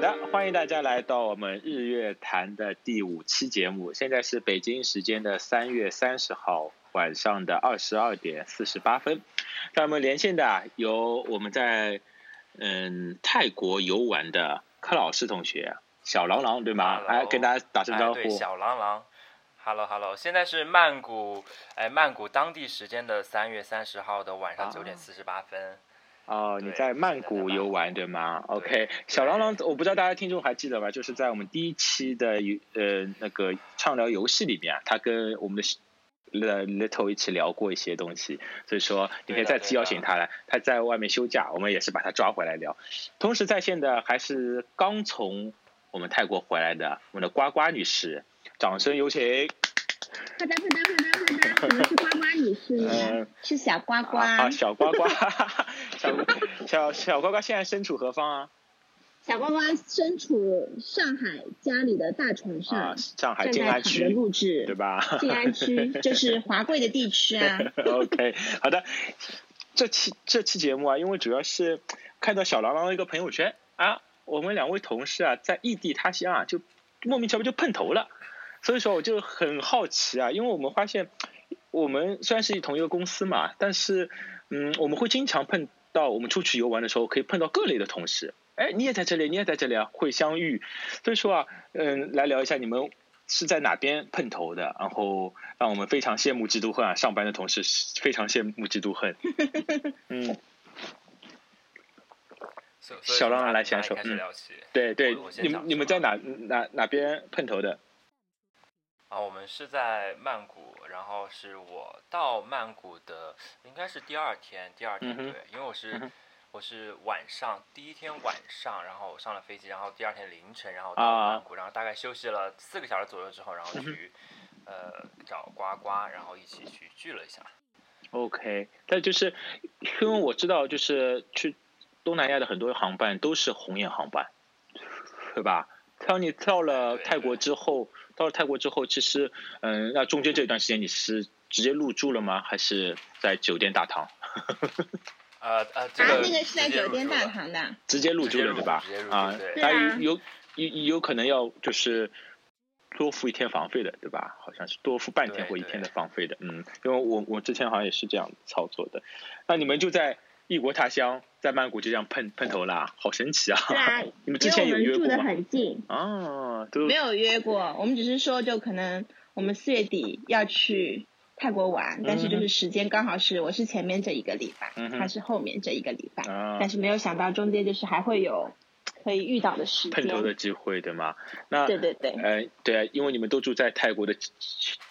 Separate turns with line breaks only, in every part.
那欢迎大家来到我们日月谈的第五期节目，现在是北京时间的三月三十号晚上的二十二点四十八分。那我们连线的啊有我们在嗯泰国游玩的柯老师同学，小郎郎对吗？
Hello
哎，跟大家打声
哎
招呼。
对，小郎郎，Hello Hello，现在是曼谷，哎，曼谷当地时间的三月三十号的晚上
啊
九点四十八分。
哦，你
对
在
是
曼
的
谷
在曼
游
谷
玩对吗
对
？OK，小郎郎，我不知道大家听众还记得吧？就是在我们第一期的游呃那个畅聊游戏里面啊，他跟我们的小呃 Little 一起聊过一些东西，所以说你可以
对的
再
对
次邀
的
请他来，他在外面休假，我们也是把他抓回来聊。同时在线的还是刚从我们泰国回来的我们的呱呱女士，掌声有请。
好的，好的，好的，好的，我们是呱呱女士
嗯
吗？是小呱呱。
啊啊，小呱呱， 小小小呱呱现在身处何方啊？
小呱呱身处上海家里的大床
啊，
上，
上海
正
静
在
安
躺着
区。
录制，
对吧？
静安区就是华贵的地区啊。
OK，好的，这期这期节目啊，因为主要是看到小郎郎的一个朋友圈啊，我们两位同事啊在异地他乡啊，就莫名其妙就碰头了，所以说我就很好奇啊，因为我们发现我们虽然是同一个公司嘛，但是嗯，我们会经常碰到我们出去游玩的时候可以碰到各类的同事，哎，你也在这里，你也在这里啊，会相遇，所以说啊，嗯，来聊一下你们是在哪边碰头的，然后让我们非常羡慕嫉妒恨啊！上班的同事是非常羡慕嫉妒恨。嗯，
所以所以
小
从
郎
哪
朗来
哪
先
里
说
开始
嗯
聊起
对对
我我，先
你们
讲
你们在哪哪哪边碰头的？
啊，我们是在曼谷，然后是我到曼谷的应该是第二天，第二天
嗯哼
对，因为我是。
嗯哼
我是晚上第一天晚上，然后我上了飞机，然后第二天凌晨，然后到
啊嗯
曼谷，然后大概休息了四个小时左右之后，然后去，呃，找呱呱，然后一起去聚了一下。
OK，但就是因为我知道，就是去东南亚的很多航班都是红眼航班，对吧？当你到了
对
泰国
对
之后，到了泰国之后，其实，嗯，那中间这段时间你是直接入住了吗？还是在酒店大堂
呃呃，这
啊，
个
那个是在
直接
酒
入
店
住
大
了
堂的。
直接入住了，对吧
直接入？住
啊当
对，
对啊
然有有有可能要就是多付一天房费的，对吧？好像是多付半天
对
或一天
对
的房费的，嗯，因为我我之前好像也是这样操作的。那你们就在异国他乡，在曼谷就这样碰碰头啦，好神奇啊！
对啊，
你们之
因
前
为我
有
们
约
住
过
得
吗？
很近，
啊，都
没有约过，我们只是说就可能我们四月底要去泰国玩，但是就是时间刚好是我是前面这一个礼拜，
嗯嗯哼
他是后面这一个礼拜。
啊
但，是没有想到中间就是还会有可以遇到的时间。
碰头的机会对吗？那
对对对，
呃，对啊，因为你们都住在泰国的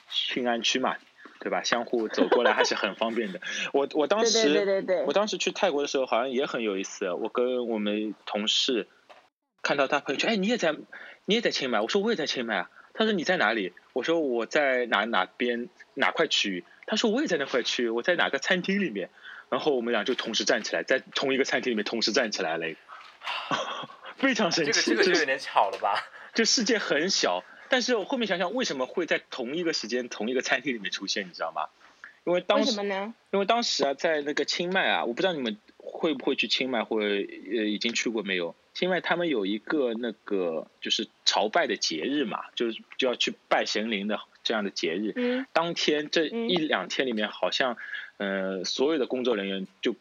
庆安区嘛，对吧？相互走过来还是很方便的。我我当
对
时
对对对对
我，当时去泰国的时候，好像也很有意思。我跟我们同事看到他朋友圈，哎，你也在，你也在清迈？我说我也在清迈啊。他说你在哪里？我说我在哪哪边哪块区域？他说我也在那块区域，我在哪个餐厅里面。然后我们俩就同时站起来，在同一个餐厅里面同时站起来了， 非常神
啊这个
奇。
这个
就
就是有点巧了吧？
就世界很小，但是我后面想想，为什么会在同一个时间、同一个餐厅里面出现，你知道吗？因为当
为
时
什么呢？
因为当时啊，在那个清迈啊，我不知道你们会不会去清迈，或呃已经去过没有？清迈他们有一个那个就是朝拜的节日嘛，就是就要去拜神灵的这样的节日。
嗯，
当天这
嗯
一两天里面，好像呃所有的工作人员就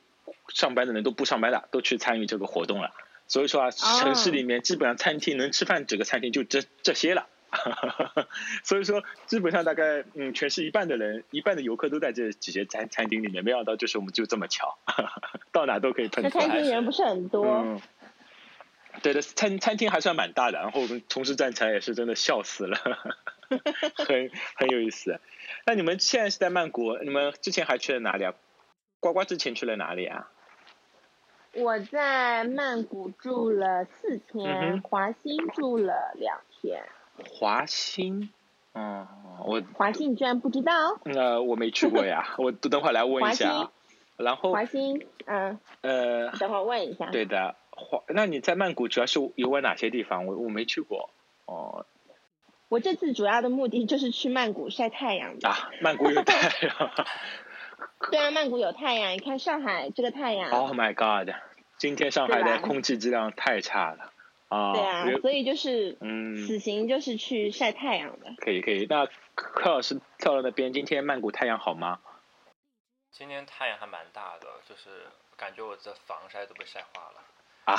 上班的人都不上班了，都去参与这个活动了。所以说啊，城市
哦
里面基本上餐厅能吃饭这个餐厅就这这些了。 所以说，基本上大概嗯，全市一半的人，一半的游客都在这几些餐餐厅里面。没想到就是我们就这么巧， 到哪都可以啊碰
那
头。
餐厅人不是很多，
嗯，对的，餐餐厅还算蛮大的，然后我们同事站起来也是真的笑死 了，很很有意思。那你们现在是在曼谷，你们之前还去了哪里啊？呱呱之前去了哪里啊？
我在曼谷住了四
嗯哼
天，华欣住了两天。
华欣，嗯，我
华欣你居然不知道？
那我没去过 呀，我等会儿来问一下
华
啊
欣。
然后
华欣，嗯，
呃，
等会儿问一下。
对的，华，那你在曼谷主要是游玩哪些地方？我我没去过哦
我这次主要的目的就是去曼谷晒太阳的。
啊，曼谷有 太阳
对啊，曼谷有太阳，你看上海这个太阳，
哦，Oh my god！今天上海
对
的
吧
空气质量太差了。啊，
对啊
有，
所以就是
嗯，
此行就是去晒太阳的。
可以可以。那柯老师到了那边，今天曼谷太阳好吗？
今天太阳还蛮大的，就是感觉我这防晒都被晒化了。
啊，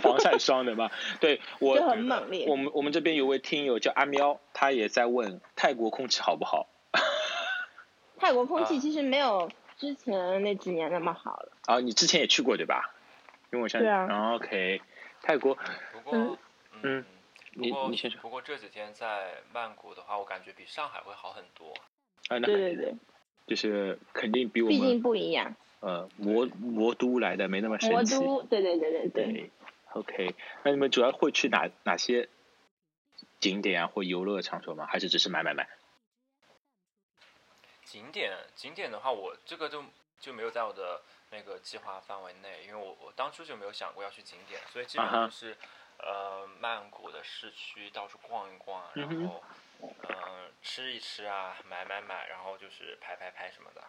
防晒霜的嘛。对我
就很猛烈
我。们我们这边有位听友叫阿喵，他也在问泰国空气好不好
泰国空气
啊
其实没有之前那几年那么好了。
啊？你之前也去过对吧？因为我想哦
对啊
OK，泰国
不过，
嗯
嗯，
嗯你
不过
你先说
不过这几天在曼谷的话，我感觉比上海会好很多。
啊，那
对对对，
就是肯定比我
毕
们
竟不一样。
呃魔魔都来的没那么
魔
神奇。
都，对对对对对。
对，OK，那你们主要会去哪哪些景点啊或游乐场所吗？还是只是买买买？
景点景点的话，我这个就就没有在我的那个计划范围内，因为我我当初就没有想过要去景点，所以基本
啊哈
上就是、呃曼谷的市区到处逛一逛，啊然
嗯哼
后嗯、呃吃一吃啊，买买买，然后就是拍拍拍什么的。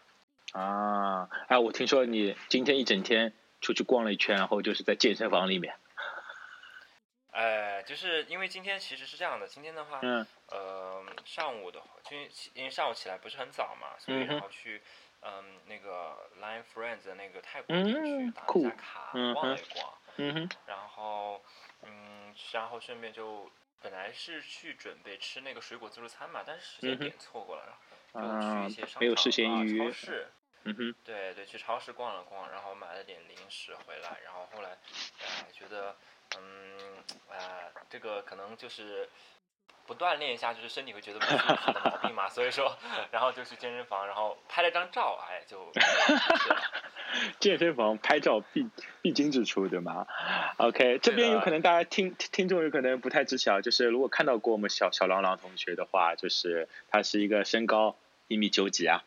啊，哎，我听说你今天一整天出去逛了一圈，然后就是在健身房里面，
呃，就是因为今天其实是这样的，今天的话，
嗯
呃，上午的话，因为起因为上午起来不是很早嘛，所
嗯
以
哼
然后去，嗯、那个 Line Friends 的那个泰国地
嗯
区打了一
酷
下卡，
嗯
逛
哼
了一逛，
嗯哼，
然后，嗯，然后顺便就本来是去准备吃那个水果自助餐嘛，但是时
嗯
间
哼
点错过了，然后就去
啊
一些商场、啊、
没有事先预约
超市，
嗯哼，
对对，去超市逛了逛，然后买了点零食回来，然后后来，呃，觉得，嗯，呃，这个可能就是不锻炼一下，就是身体会觉得不舒服的毛病嘛，所以说，然后就去健身房，然后拍了张照，哎，就是了。
健身房拍照必必经之处，对吗？OK，这边有可能大家听听听众有可能不太知晓，就是如果看到过我们小小郎朗同学的话，就是他是一个身高一米九几啊，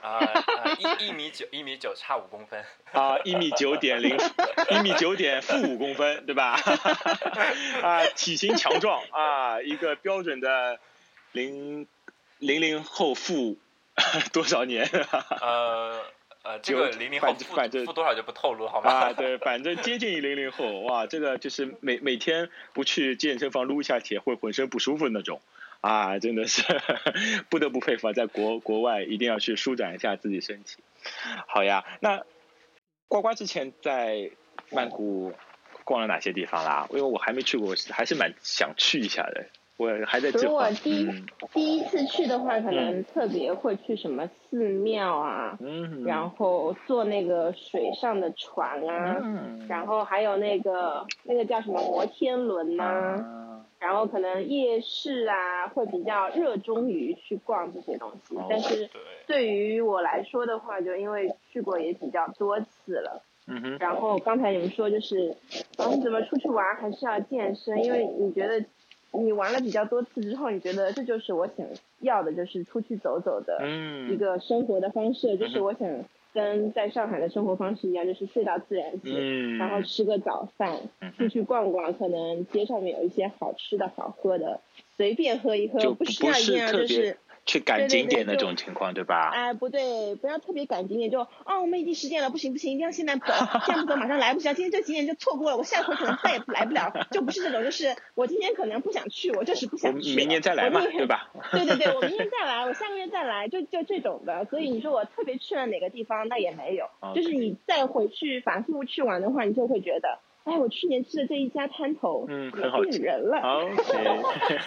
啊、呃，一一米九，一米九差五公分，
啊，一米九点零，一米九点负五公分，对吧？ 啊，体型强壮啊，一个标准的零零零后负 多少年
呃呃，这
九
个零零后
反正
付
反正
付多少就不透露好吗？
啊？对，反正接近于零零后，哇，这个就是每每天不去健身房撸一下铁会浑身不舒服的那种。啊，真的是 不得不佩服啊！在国国外一定要去舒展一下自己身体。好呀，那呱呱之前在曼谷逛了哪些地方啦？因为我还没去过，我是还是蛮想去一下的。我还在计
如
划
果。第一
嗯
第一次去的话，可能特别会去什么寺庙啊，
嗯，
然后坐那个水上的船啊，
嗯
然后还有那个那个叫什么摩天轮呐、
啊，
然后可能夜市啊会比较热衷于去逛这些东西，
哦
但是
对，
对于我来说的话，就因为去过也比较多次了。
嗯哼，
然后刚才你们说就是，啊，你怎么出去玩还是要健身？因为你觉得你玩了比较多次之后，你觉得这就是我想要的，就是出去走走的一
嗯
个生活的方式，就是我想跟在上海的生活方式一样，就是睡到自然醒，
嗯，
然后吃个早饭，
嗯
出
哼
去逛逛，可能街上面有一些好吃的好喝的，随便喝一喝，
就不
不是要一定要
是特
就
别
是。
去
对
赶
对
景
对
点那
就
种情况，对吧？
哎，不对，不要特别赶景点，就哦，我们已经十点了，不行不行，一定要现在走，现在不走马上来不及，今天这景点就错过了，我下回可能再也不来不了，就不是这种，就是我今天可能不想去，我就是不
我
想
们
去了，
明年再来嘛
我，明
对？吧？
对对对，我明天再来，我下个月再来，就就这种的。所以你说我特别去了哪个地方，那也没有，
哦
就是你再回去反复去玩的话，你就会觉得，哎，我去年吃的这一家摊头，
嗯
也
很好
变
吃啊
人了，
OK，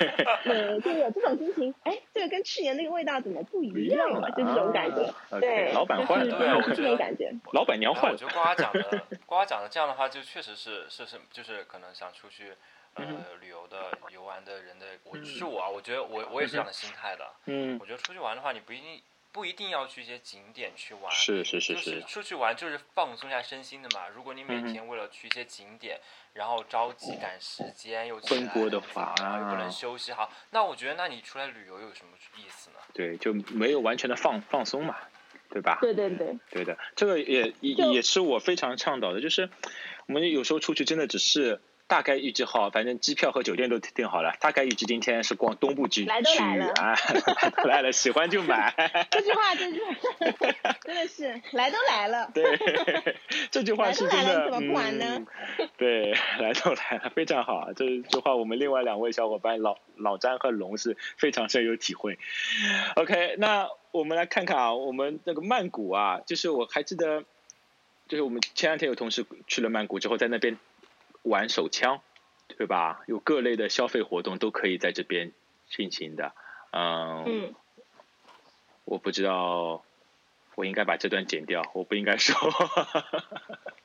对，就有这种心情，哎，这个跟去年那个味道怎么 不
不
一样了？就这种感
啊
觉。。对，
OK，老板换
就
对啊
了
我
是，
觉
这种
得
感觉。
老板娘
哎
换
我
了。
觉得呱呱讲的，呱呱讲的这样的话，就确实是是是，就是可能想出去呃
嗯
旅游的游玩的人的，我
嗯
是我啊，我觉得我我也是这样的心态的。
嗯，
我觉得出去玩的话，你不一定不一定要去一些景点去玩，
是是是
就是
是，
出去玩就是放松一下身心的嘛。如果你每
嗯哼哦
天为了去一些景点，然后着急赶时间又起
奔
来
波的
又怎么
话
样又不
啊
能休息好，那我觉得那你出来旅游有什么意思呢？
对，就没有完全的放放松嘛，对吧？
对对对，
对的，这个也也
就
也是我非常倡导的，就是我们有时候出去真的只是大概预计好，反正机票和酒店都订好了，大概预计今天是逛东部区
来都
区
来
域
了
啊， 来了喜欢就买。
这句话，这句话真的是来都来了，
对，这句话是真的。
来都来了怎么不玩呢
嗯？对，来都来了，非常好。啊这句话我们另外两位小伙伴老老詹和龙是非常深有体会。OK，那我们来看看啊，我们那个曼谷啊，就是我还记得，就是我们前两天有同事去了曼谷之后，在那边玩手枪，对吧？有各类的消费活动都可以在这边进行的。
嗯，
我不知道，我应该把这段剪掉，我不应该说。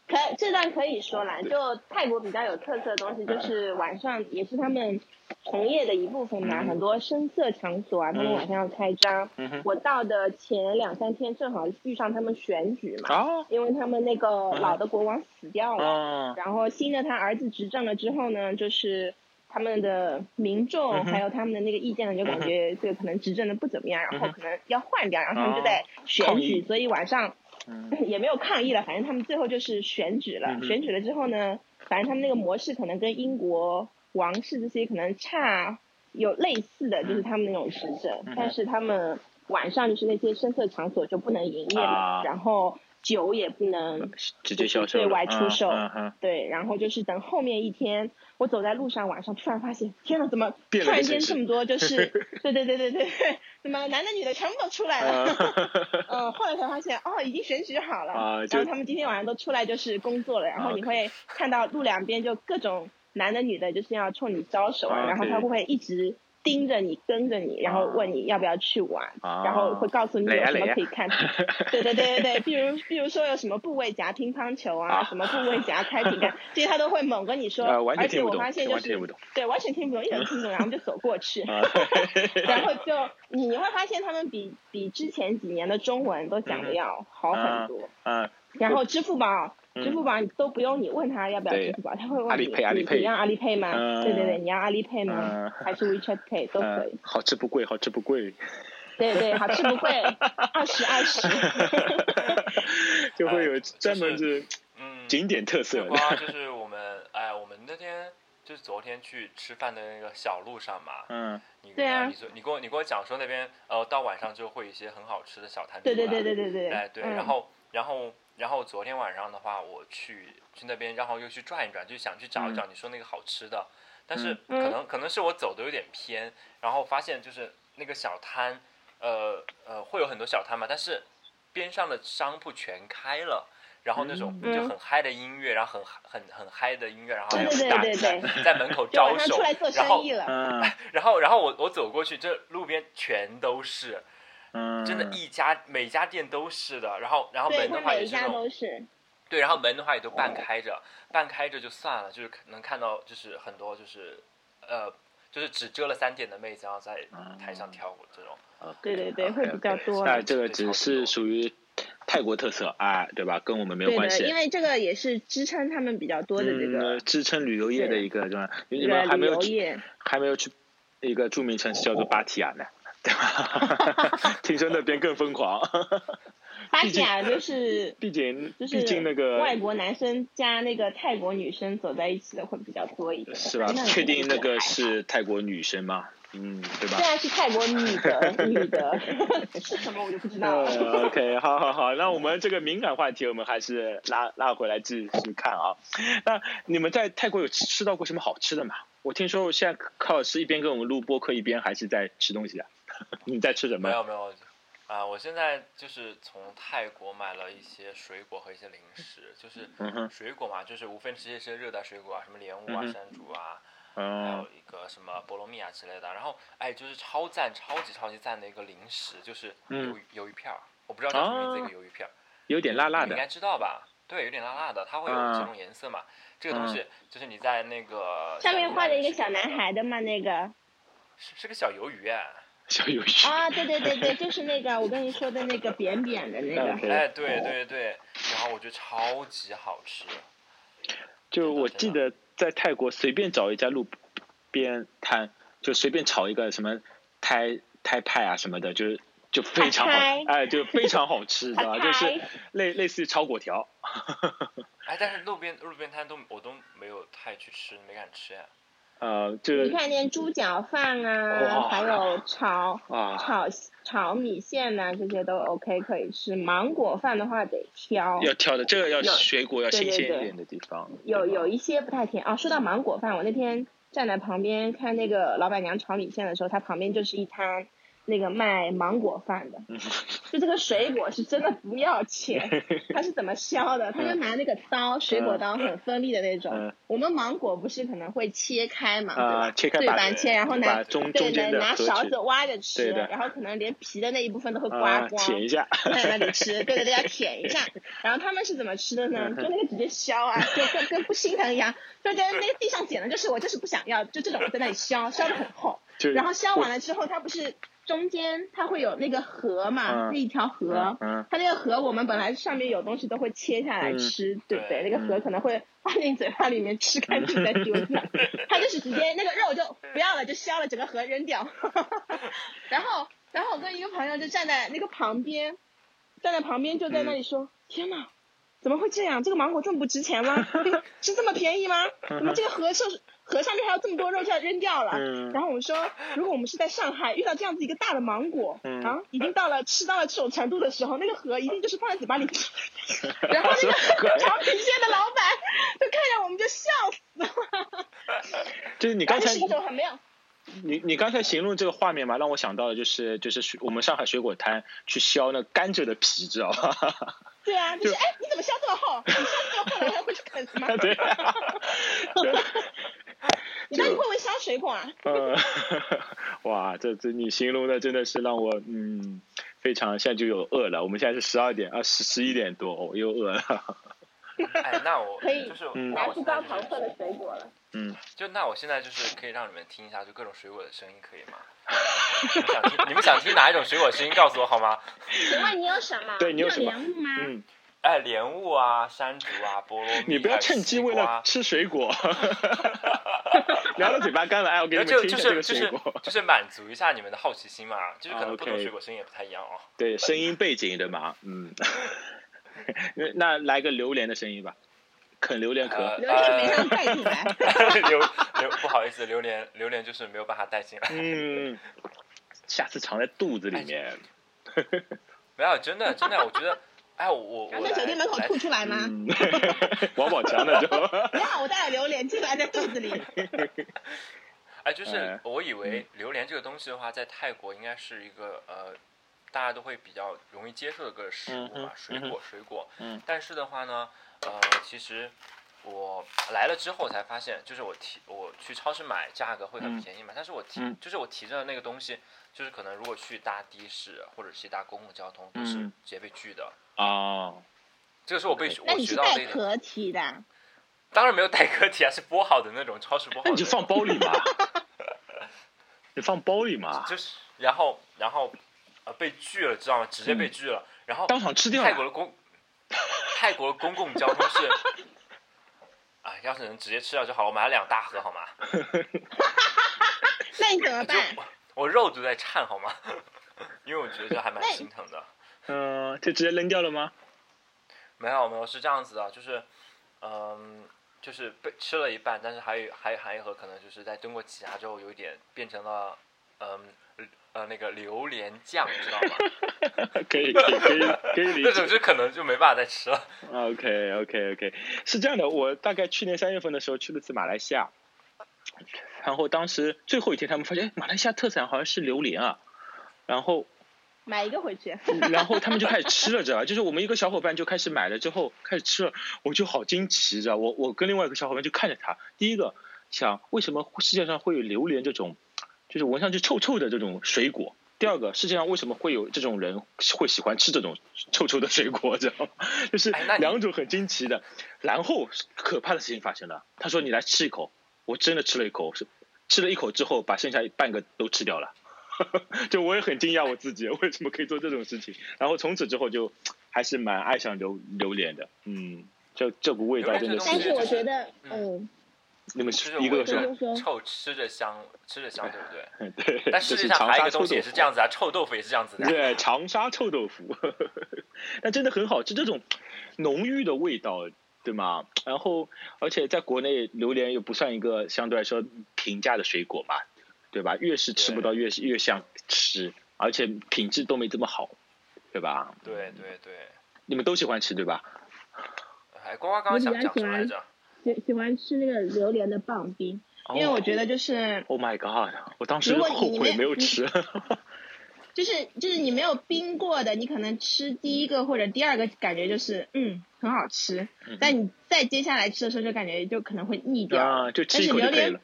可这段可以说啦，就泰国比较有特色的东西，就是晚上也是他们从业的一部分嘛，
嗯
很多声色场所啊，他们晚上要开张。
嗯 哼，
我到的前两三天正好遇上他们选举嘛，
啊，
因为他们那个老的国王死掉了，
嗯
然后新的他儿子执政了之后呢，就是他们的民
嗯
众
哼嗯
还有他们的那个意见呢，就感觉这个可能执政的不怎么样，然后
嗯哼
可能要换掉，然后他们
哦
就在选
抗
举，
议
所以晚上
嗯
也没有抗议了，反正他们最后就是选举了
嗯。哼
选举了之后呢，反正他们那个模式可能跟英国王室这些可能差有类似的，就是他们那种执政
嗯哼，
但是他们晚上就是那些声色场所就不能营业
啊
了，然后酒也不能
直接销售了
对外出售
嗯嗯嗯
对，然后就是等后面一天，我走在路上，晚上突然发现，天呐，怎么突
变了个
然
城
间
市
这么 多？就是，对对对对对，怎么男的女的全部都出来了？嗯，后来才发现，哦，已经选举好了。
啊就啊
然后他们今天晚上都出来就是工作了，然后你会看到路两边就各种男的女的，就是要冲你招手，
啊
然后
对
他会一直盯着你，跟着你，然后问你要不要去玩，
啊
然后会告诉你
垒
有
啊
什
垒
么
啊
可以看。 对对对对对，比如比如说有什么部位夹乒乓球啊，
啊
什么部位夹开瓶 盖，这些他都会猛跟你说，
啊完全
而且
听不
我
懂
发现就
完全
是
听不懂
对完全听不懂，一点都听不懂，然后我们就走过去，
啊，
然后就你你会发现他们比比之前几年的中文都讲的要好很多，
嗯，
然后支付宝。
嗯
支付宝你都不用你问他要不要
对
支付宝，他会
阿
问
里
你
配阿里
你
配
你要阿里配吗？
嗯
对对对，你要阿里配吗
嗯？
还是 WeChat Pay 都可以
嗯。好吃不贵，好吃不 贵，
对对，好吃不贵，二十二十。
就会有
哎
专门是
嗯，
景点特
就
色的
光就是我们，哎，我们那天就是昨天去吃饭的那个小路上嘛，
嗯
你
对啊
呃你说你跟我你跟我讲说那边呃到晚上就会有一些很好吃的小摊
对
出
对
来
对对对对。
哎对，
嗯
然后然后然后昨天晚上的话，我去去那边，然后又去转一转，就想去找一找你说那个好吃的，但是可
嗯
能可能是我走的有点偏，然后发现就是那个小摊，呃呃会有很多小摊嘛，但是边上的商铺全开了。然后那种
嗯
就很嗨的音乐，然后很很很嗨的音乐，然后还有
对 对
大
对对
在在门口
就
招
晚上
手
出来做，
然
生
后
意了。
嗯
然后，然后我我走过去，这路边全都是，
嗯，
真的，一家每家店都是的。然后，然后
对，
门
他
的话
每
也
一
是那
家
种，
都嗯是。
对，然后门的话也都半开着，半开着就算了，就是能看到就是很多就是，呃，就是只遮了三点的妹子，然后在
啊
台上跳舞这种。
对对对，会比较多。
哎，这个只是属于泰国特色啊，对吧？跟我们没有
对
关系
的，。因为这个也是支撑他们比较多的这
嗯
个，
支撑旅游业的一个对吧？你
这
们
个
还
旅
没有
游
去
业。
还没有去一个著名城市叫做芭提雅呢，对 吧？ 听说那边更疯狂，
巴提雅啊就是
毕竟
就
毕竟
是
那个
外国男生加那个泰国女生走在一起的会比较多一
呃
点。
是吧？
那
确定那
还
个
好
是泰国女生吗？嗯，对吧
虽？然是泰国女的，女的 是什么我就不知道了。
呃，OK，好好好，那我们这个敏感话题，我们还是拉拉回来继续看啊。那你们在泰国有吃吃到过什么好吃的吗？我听说现在柯老师一边跟我们录播客，一边还是在吃东西的。 你在吃什
没
么？
有没有，啊、我现在就是从泰国买了一些水果和一些零食，就是
嗯哼
水果嘛，就是无非是一些热带水果啊，什么莲雾啊、
嗯哼
山竹啊。还
嗯
有一个什么菠萝蜜啊之类的。然后哎，就是超赞、超级超级赞的一个零食，就是
嗯
鱿鱼鱿鱼片儿，我不知道叫什么名
啊
字，一个鱿鱼片儿，
有点辣辣
你们
的
应该知道吧？对，有点辣辣的，它会有
啊
几种颜色嘛。这个东西就是你在那个
上面画着一个小
小鱼
男
干
孩的嘛，那个
是是个小鱿鱼哎，
小鱿鱼。
啊，对对对对，就是那个我跟你说的那个扁扁 的那个。
OK
哎，对对对，然后我觉得超级好吃。
就我记得在泰国随便找一家路边摊，就随便炒一个什么泰泰派啊什么的，就是就非常好
泰，派
哎，就非常好吃，知道吧？就
泰派
是类类似于炒粿条，
哎，但是路边路边摊都我都没有太去吃，没敢吃呀、
呃，这
你
个
看见猪脚饭啊，
哇
还有炒
啊，
炒炒米线呐、这些都 OK 可以吃。芒果饭的话得挑，
要挑的这个要
要
水果要
对
新
对
鲜
对
一点的地方。
有
对吧
有一些不太甜啊。说到芒果饭，我那天站在旁边看那个老板娘炒米线的时候，她旁边就是一摊那个卖芒果饭
嗯
的，就这个水果是真的不 要钱，他是怎么削的？他就拿那个刀，水果刀很锋利的那种
嗯。
我们芒果不是可能会切开嘛，对
啊，
吧？
切开
对
把
板切，然后拿
把中
对
中间
对，
的啊
拿
核
勺
取
子挖着吃，
对的
然后可能连皮的那一部分都会刮
啊，
光，
舔一 下，
在那里吃，对对对，要舔一下。然后他们是怎么吃的呢？就那个直接削啊，就跟跟不心疼一样，就在那个地上捡的，就是我就是不想要，就这种在那里削，削的很厚。
就
然后削完了之后，它不是中间它会有那个核嘛，
嗯
那一条核。
嗯嗯，
它那个核，我们本来上面有东西都会切下来吃，对不对？那
对
个
嗯
核可能会放进嘴巴里面吃干净再丢掉，它就是直接那个肉就不要了，就削了整个核扔掉。 然后，然后我跟一个朋友就站在那个旁边，站在旁边就在那里
嗯
说：“天哪，怎么会这样？这个芒果这么不值钱吗？ 是这么便宜吗？怎么这个核上核上面还有这么多肉就要扔掉了？”
嗯
然后我们说，如果我们是在上海遇到这样子一个大的芒果，
嗯
啊，已经到了吃到了这种程度的时候，那个核一定就是放在嘴巴里， 然后那个炒米线的老板就看着我们就笑死了，
就是你
你
刚才
是一种很没有，
你你刚才形容这个画面嘛，让我想到了就是就是水我们上海水果摊去削那甘蔗的皮，知道吧？
对啊，就是
就
哎，你怎么削这么厚？你削这么厚，然后会去啃吗？
对，
你到底会不会削水果啊？
呃， 哇，这这你形容的真的是让我嗯非常现在就有饿了。我们现在是十二点啊十十一点多，我又饿了。
哎，那我
可以
就是
嗯
那
拿
我
出
现在
高
就
糖
是
分的水果了。
嗯，
就那我现在就是可以让你们听一下，就各种水果的声音，可以吗？你们想听你们想听哪一种水果声音，告诉我好吗？
请问你有什么？
对你有什么
莲雾吗？
嗯，
哎，莲雾啊，山竹啊，菠萝蜜，
你不要
还有
趁机
西
为
瓜
了吃水果， 聊到嘴巴干了，哎，我给你
然后
们
就
听一
就
下这
是
个
就
水
是
果。
就是满足一下你们的好奇心嘛，就是可
啊
能不同
，OK
水果声音也不太一样哦。
对，声音背景对吗？嗯， 那那来个榴莲的声音吧，啃榴莲壳。
榴莲没让带进来。
呃 榴榴不好意思，榴莲榴莲就是没有办法带进来。
嗯，下次藏在肚子里面。
没有，真的真的，我觉得，哎，我我
然
呃
我
后在酒店门口
哎来
吐出来吗？
嗯， 王宝强 的就。
不要，我带了榴莲进来在肚子里。
哎，就是
哎
我以为榴莲这个东西的话，在泰国应该是一个呃，大家都会比较容易接受的一个食物
嗯
嘛
哼，
水
嗯
果水果。
嗯。
但是的话呢，呃，其实我来了之后才发现，就是我提我去超市买，价格会很
嗯
便宜嘛。但是我提
嗯
就是我提着那个东西，就是可能如果去搭的士或者是搭公共交通，都是直
嗯
接被拒的。
哦，
这个是我被
那
我
你
学
是
到的
带
一点，
壳体的，
当然没有带壳体啊，是剥好的那种超市剥好的
那
那
你就
种。
放包里 嘛，你放包里嘛，
就是然后然后呃被拒了，知道吗？直接被拒了。然后
当场吃掉
泰国
了。
的公泰国的公共交通是 啊，要是能直接吃掉就好了。我买了两大盒好吗？
那你怎么办？
我肉都在颤好吗？ 因为我觉得这还蛮心疼的。
嗯，就直接扔掉了吗？
没有没有，是这样子的，就是嗯。就是被吃了一半，但是还有还有还有一盒可能就是在经过挤压之后，有一点变成了，嗯呃那个榴莲酱，知道吗？
可以，可以，可以，可以理
那
解。
种就可能就没办法再吃了。
OK OK OK，是这样的，我大概去年三月份的时候去了次马来西亚，然后当时最后一天他们发现，哎，马来西亚特产好像是榴莲啊，然后
买一个回去。
然后他们就开始吃了，知道吧？就是我们一个小伙伴就开始买了之后开始吃了，我就好惊奇，知道吧我我跟另外一个小伙伴就看着他，第一个想为什么世界上会有榴莲这种，就是闻上去臭臭的这种水果。第二个，世界上为什么会有这种人会喜欢吃这种臭臭的水果？知道吗？ 就是
哎那你
两种很惊奇的。然后可怕的事情发生了，他说：“你来吃一口。”我真的吃了一口，是吃了一口之后，把剩下半个都吃掉了。 就我也很惊讶我自己为什么可以做这种事情。然后从此之后就还是蛮爱上榴榴莲的，嗯，这这股味道真的
榴莲这
但
东西
是
是
我觉得，
嗯
嗯，
你们
就是
一
我
个
这
是吧？
对对对
臭吃着香，吃着香，对不对？
对，
但
这
世
是
界上
长
还有一
沙
个
臭豆
东
腐
西也是这样子啊，臭豆腐也是这样子的。
对，长沙臭豆腐，但真的很好吃。这种浓郁的味道，对吗？然后，而且在国内榴莲又不算一个相对来说平价的水果嘛，对吧？越是吃不到，越是越想吃，而且品质都没这么好，对吧？
对对对，
你们都喜欢吃对吧？
哎，呱呱刚刚想讲什么来着？
喜喜欢吃那个榴莲的棒冰，
哦
因为我觉得就是。
Oh my god！我当时
如果你
后悔
你
没有吃。
就是就是你没有冰过的，你可能吃第一个或者第二个感觉就是嗯很好吃，但你再接下来吃的时候就感觉就可能会腻 掉。
啊，就吃一口就可以了。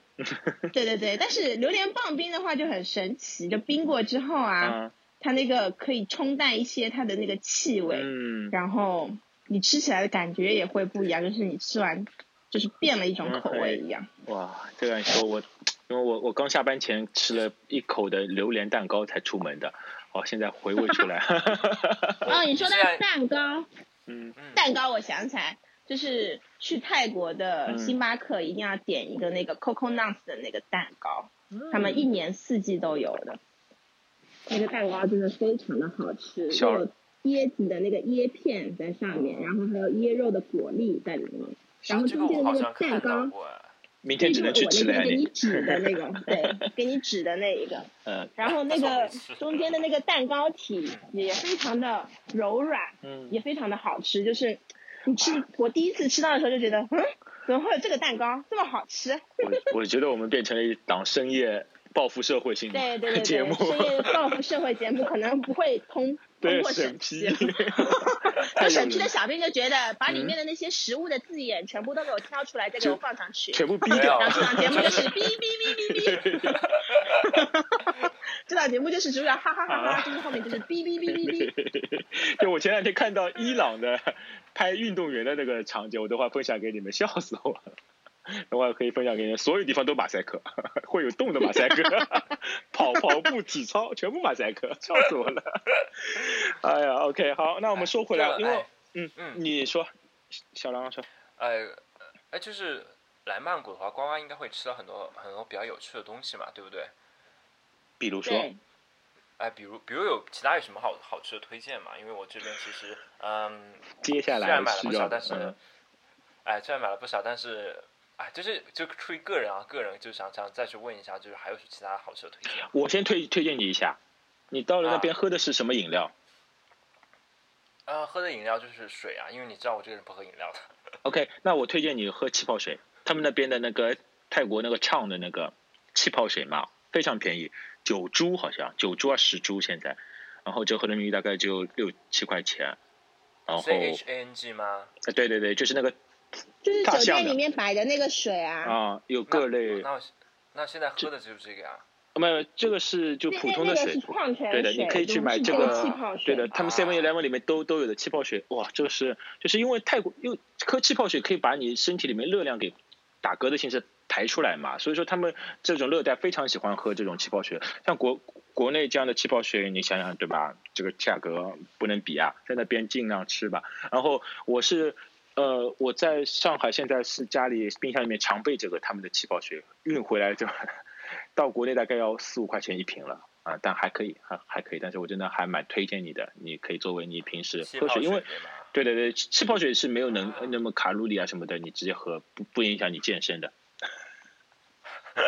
对对对，但是榴莲棒冰的话就很神奇，就冰过之后啊，
啊，
它那个可以冲淡一些它的那个气味，
嗯，
然后你吃起来的感觉也会不一样，就是你吃完就是变了一种口味一样。
哇，这样一说，我因为我我刚下班前吃了一口的榴莲蛋糕才出门的，哦，现在回味出来，
哦，你说到
现在
蛋糕，
嗯，
嗯，
蛋糕，我想起来，就是去泰国的
嗯
星巴克一定要点一个那个 Coco Nuts 的那个蛋糕，他们一年四季都有的。那个蛋糕真的非常的好吃，
小
有椰子的那个椰片在上面，然后还有椰肉的果粒在里面。然后
这个
中间
我
的
好
那
像
个
看
蛋
到
糕，
过，哎
明
这
天只
是我
能去吃
那
了呀
天给你
你，
指的那 个，对，给你指的那一个。
嗯
然后那
我没
个
吃
中间的那个蛋糕体也非常的柔软，
嗯，
也非常的好吃，就是你吃我第一次吃到的时候就觉得，嗯，怎么会有这个蛋糕这么好 吃？
我我觉得我们变成了一档深夜报复社会性
对对对
节
对，
目，
深夜报复社会节目可能不会通通
对
过
审
审
批
批。，
太
但
有
审
名
批的小编就觉得把里
嗯
面的那些食物的字眼全部都给我挑出来，再给
就
我放上去，
全部逼
没有
掉
然，后这档节目就是哔哔哔哔 哔，这档节目就是主角哈哈哈
啊
哈，就是后面就是哔哔哔 哔哔。
就我前两天看到伊朗的拍运动员的那个场景，我等会儿分享给你们，笑死我了。等会儿可以分享给你们，所有地方都马赛克，会有动的马赛克， 跑跑步、体操全部马赛克，笑死我了。哎呀，OK，好，那我们说回来，
哎
因为嗯
嗯，
你说，小狼说，
呃，哎，就是来曼谷的话，呱呱应该会吃到很多很多比较有趣的东西嘛，对不对？
比如说
对，，
哎，比如比如有其他有什么好好吃的推荐嘛？因为我这边其实，嗯，
接下
虽
来
然买了
需
不
要
少，
的
但是，
嗯
哎，虽然买了不少，但是，哎，就是就出于个人啊，个人就想想再去问一下，就是还有其他好吃的推荐。
我先推推荐你一下，你到
啊
了那边喝的是什么饮料
呃，喝的饮料就是水啊，因为你知道我这个人不喝饮料的。
？OK，那我推荐你喝气泡水，他们那边的那个泰国那个畅的那个气泡水嘛，非常便宜，九铢好像九铢啊十铢现在，然后折合人民币大概就六七块钱，然后
C H A N G 吗？
呃对对对，就是那个
就是
大
酒
象
店
的
里面摆的那个水啊，
啊、有
那
各类，
那我那现在喝的就是这个呀、
呃没有这个是就
那
普通的
那那
水
个是，矿泉
对
水，
的，你可以去
不
买
是
这
那
个
气泡，
对
水。
的，他们
啊
Seven Eleven 里面都都有的气泡水，哇，这个是就是因为泰国因为喝气泡水可以把你身体里面热量给打嗝的形式排出来嘛，所以说他们这种热带非常喜欢喝这种气泡水，像国国内这样的气泡水，你想想对吧？这个价格不能比啊，在那边尽量吃吧。然后我是呃，我在上海现在是家里冰箱里面常备这个他们的气泡水，运回来就到国内大概要四五块钱一瓶了啊，但还可以，还还可以。但是我真的还蛮推荐你的，你可以作为你平时
气
喝
泡
水，因为
对吗？
对对对，气泡水是没有能
啊
那么卡路里啊什么的，你直接喝不不影响你健身的。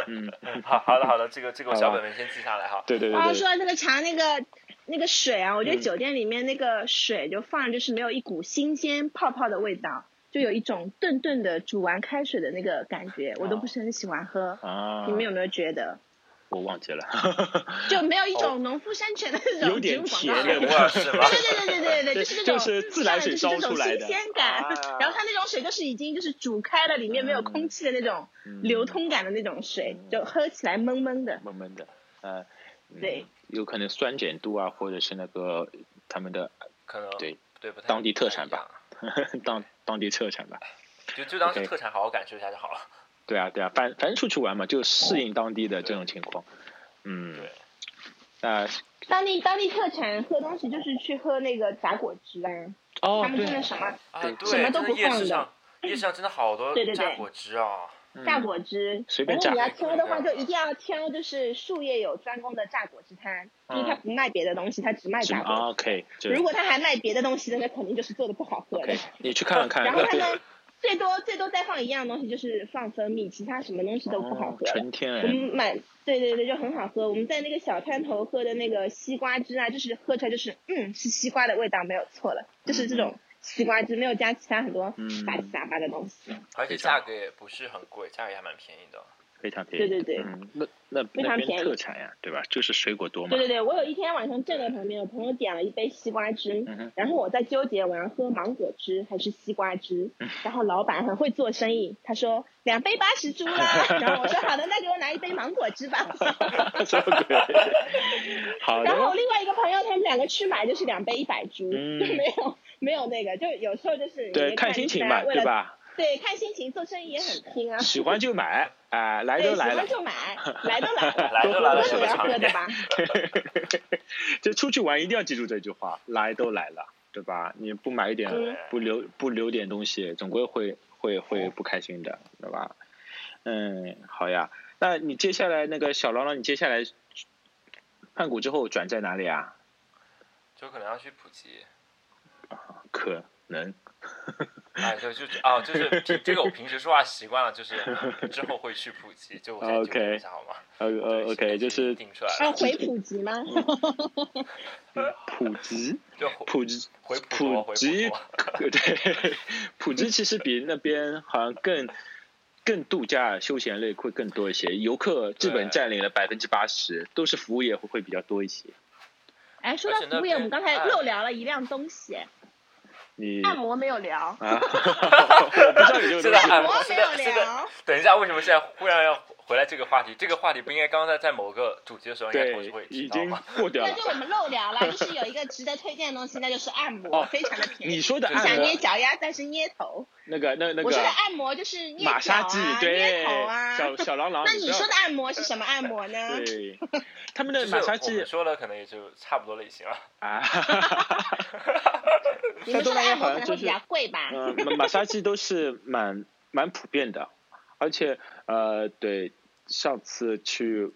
嗯，
好好的好的，这个这个我
好
小
吧
本本先记下 来哈。
对对对
然后
对，
说那个茶那个那个水啊，我觉得
嗯
酒店里面那个水就放就是没有一股新鲜泡泡的味道，就有一种顿顿的煮完开水的那个感觉，我都不是很喜欢喝。
啊
你，们有没有觉得
我忘记了，
就没有一种农夫山泉的那
哦有
种植
点
入广
甜
告？
的
对
对味儿是吧？
对对对对对，就是
就
那
是
种
自来水
上来
烧
就
出
是
来
那
的
种新鲜感，
啊
然后它那种水就是已经就是煮开了，里面没有空气的那种
嗯
流通感的那种水，
嗯
就喝起来闷闷的。
闷闷的，呃，嗯
对，
有可能酸碱度啊，或者是那个他们的
可能
对
对不太
当地特产吧
吧，
当当地特产吧。
就就当是
OK
特产，好好感受一下就好了。
对啊，对啊，反反正出去玩嘛，就适应当地的这种情况。嗯，
对，
那
当地当地特产喝东西就是去喝那个榨果汁啊，
哦
他，们真
对
的，什么
啊
对
对，
什么都
真的
不
夜
放
市
的
上夜市上真的好多
对对对
榨果汁啊，
嗯
榨果汁，
随
然
便
后
炸
你，要挑的话，
嗯
就一定要挑就是术业有专攻的榨果汁摊，就是
嗯
他不卖别的东西，他只卖
什
榨
么
果汁。
啊？OK，就
如果他还卖别的东西，那肯定就是做的不好喝的
OK，。你去看看。
然后他们最多最多再放一样东西，就是放蜂蜜，其他什么东西都不好
哦
喝了。
纯天
我
然
们。买，对对对，就很好喝。我们在那个小摊头喝的那个西瓜汁啊，就是喝出来就是，嗯，是西瓜的味道，没有错了，就是这种西瓜汁，没有加其他很多
嗯
杂七杂八的东西。
而且
非常
价格也不是很贵，价格也还蛮便宜的。
非常便宜。
对对对
嗯，那那
非常
那边
便宜
特产呀，对吧？就是水果多嘛。
对对对，我有一天晚上站在旁边，我朋友点了一杯西瓜汁，
嗯哼，
然后我在纠结我要喝芒果汁还是西瓜汁，
嗯
然后老板很会做生意，他说两杯八十株啦， 然后我说好的，那给我来一杯芒果汁吧。
什么鬼？ 好
然后
的，
另外一个朋友他们两个去买就是两杯一百株，
嗯
就 没有没有那个，就有时候就是你
对，
也
看
看
心情
大
嘛，
家为
对
了？
吧？
对，看心情，做生意也很拼 啊。
喜欢就买，啊，来
对，
都
喜
来了
欢， 就买，来都来了，
来都来了
喝
是
总
个
要
常
喝的
态
吧？
就出去玩一定要记住这句话，来都来了，对吧？你不买一点
嗯，
不留不留点东西，总归会会会不开心的，对吧？嗯，好呀。那你接下来那个小郎朗，你接下来判谷之后转在哪里啊？
就可能要去普及。
可能
哎，就就哦， 就是平这个我平时说话习惯了，就是 之后会去普及，就我现在纠结一下好吗？
呃
对
呃
现在
，OK，
已经
就是
定出来
要
了，
回普 及吗？
嗯普及，
就回
普及，
回普
普
陀回
及
普陀，
对，普及其实比那边好像更 更度假休闲类会更多一些，游客基本
对
占领了百分之八十，都是服务业会会比较多一些。
哎，说
而且那
到服务业，我们
边
刚才
哎
漏聊了一样东西，
嗯你
按摩没有聊，
啊，我不知道有这个东
现在
西
按
按
摩
摩
现 在
没有
啊
现在
聊。
等一下，为什么现在忽然要回来这个话题？这个话题不应该刚才在某个主题的时候应该同时
对
会，提
已
到
经
吗？
过掉
那
了
就。我们漏聊了，就是有一个值得推荐的东西，那就是按摩，
哦
非常的便宜。
你说的
按摩
想
按摩
捏，脚丫，但是捏头。
那个那那
我说
个
的按摩就是捏
马
脚
杀鸡，
啊，捏
对
头，啊。
小小郎朗，
那你
知道
说的按摩是什么按摩呢？
对，
啊
他们
就
的
是
马杀
我
鸡
们说的可能也就差不多类型了。
啊。
你们说的按摩可能会比较贵吧？
嗯，马马杀鸡都是蛮蛮普遍的，而且呃，对，上次去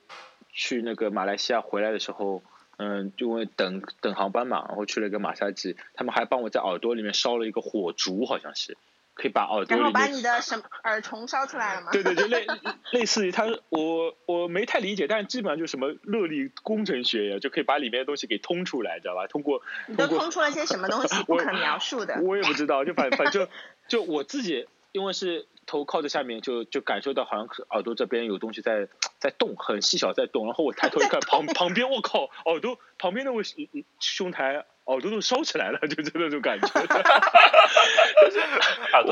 去那个马来西亚回来的时候，嗯，因为等等航班嘛，然后去了一个马杀鸡，他们还帮我在耳朵里面烧了一个火烛，好像是可以把耳朵
然后
里
把
面。
你的什么耳虫烧出来了吗？
对对，就类类似于他，我我没太理解，但是基本上就是什么热力工程学呀，就可以把里面的东西给通出来，知道吧？通过
你都通出了些什么东西不可描述的？
我也不知道，就反反正就我自己，因为是头靠在下面，就就感受到好像是耳朵这边有东西在在动，很细小在动。然后我抬头一看，旁旁边，我靠，耳朵旁边那位嗯嗯兄台耳朵都烧起来了，就就那种感觉，
耳朵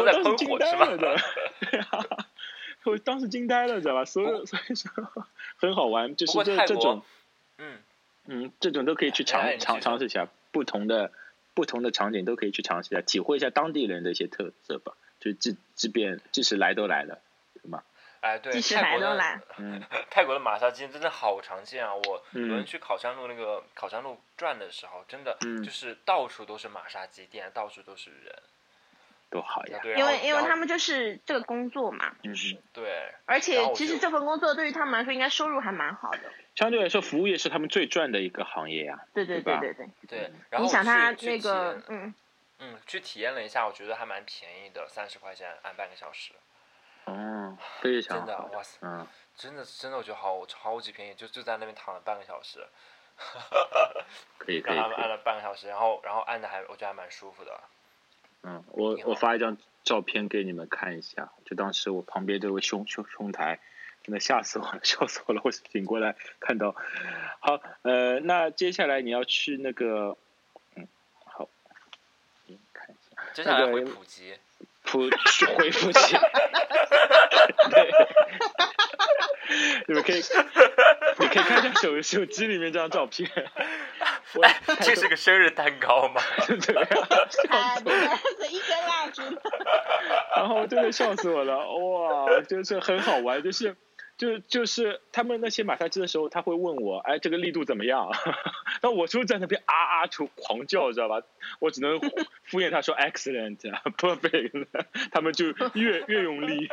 我
在
当
喷
时惊
火
呆
是吗
了，？对吧？对啊我当时惊呆了，知道吧？所以所以说很好玩，就
不
是
过
这
泰
这
国
种
嗯，
嗯，这种都可以去尝
哎你
尝
去
尝试一下，不同的不同的场景都可以去尝试一下，体会一下当地人的一些特色吧。就即即便即使来都来了，
哎，对，
即使
泰
来
国
都
的
来，
嗯
泰国的马杀鸡真的好常见啊！我有
嗯
人去考山路那个考山路转的时候，真的
嗯
就是到处都是马杀鸡店，到处都是人。
多好哎呀！
对，啊
因
然
为
后
因为
然后
他们就是这个工作嘛，
嗯，
对，
而
然后
且
我
其实
就
这份工作对于他们来说应该收入还蛮好的。
相对来说，服务业是他们最赚的一个行业
哦
呀、
对对
对
对
吧
对对，
对，
嗯
然后我
你想他
去去
那
体
个
验
嗯，
嗯，去体验了一下，我觉得还蛮便宜的，三十块钱按半个小时，
哦，非
真
常
的啊
好，
哇塞，
嗯，
真的真的我觉得好超级便宜，就就在那边躺了半个小时，
可以可
然
以
后按啊
可
按
以，
了半个小时，然后然后按的还我觉得还蛮舒服的，
嗯，我
挺好
我发一张照片给你们看一下，就当时我旁边这位兄兄兄台，真的吓死我了， 笑死我了，我醒过来看到，好，呃，那接下来你要去那个，嗯，好，你看一下，
接下来
那
会
个
普及，
普去回复器，对，你们可以，你可以看一下手手机里面这张照片，我
哎这是个生日蛋糕吗？
怎么样？
哎，别这一根蜡烛，
然后真的笑死我了，哇，就是很好玩，就是。就就是他们那些马杀鸡的时候，他会问我，哎，这个力度怎么样？ 那我就在那边啊啊就狂叫，知道吧？我只能敷 衍他说 excellent 啊 perfect，他们就越越用力。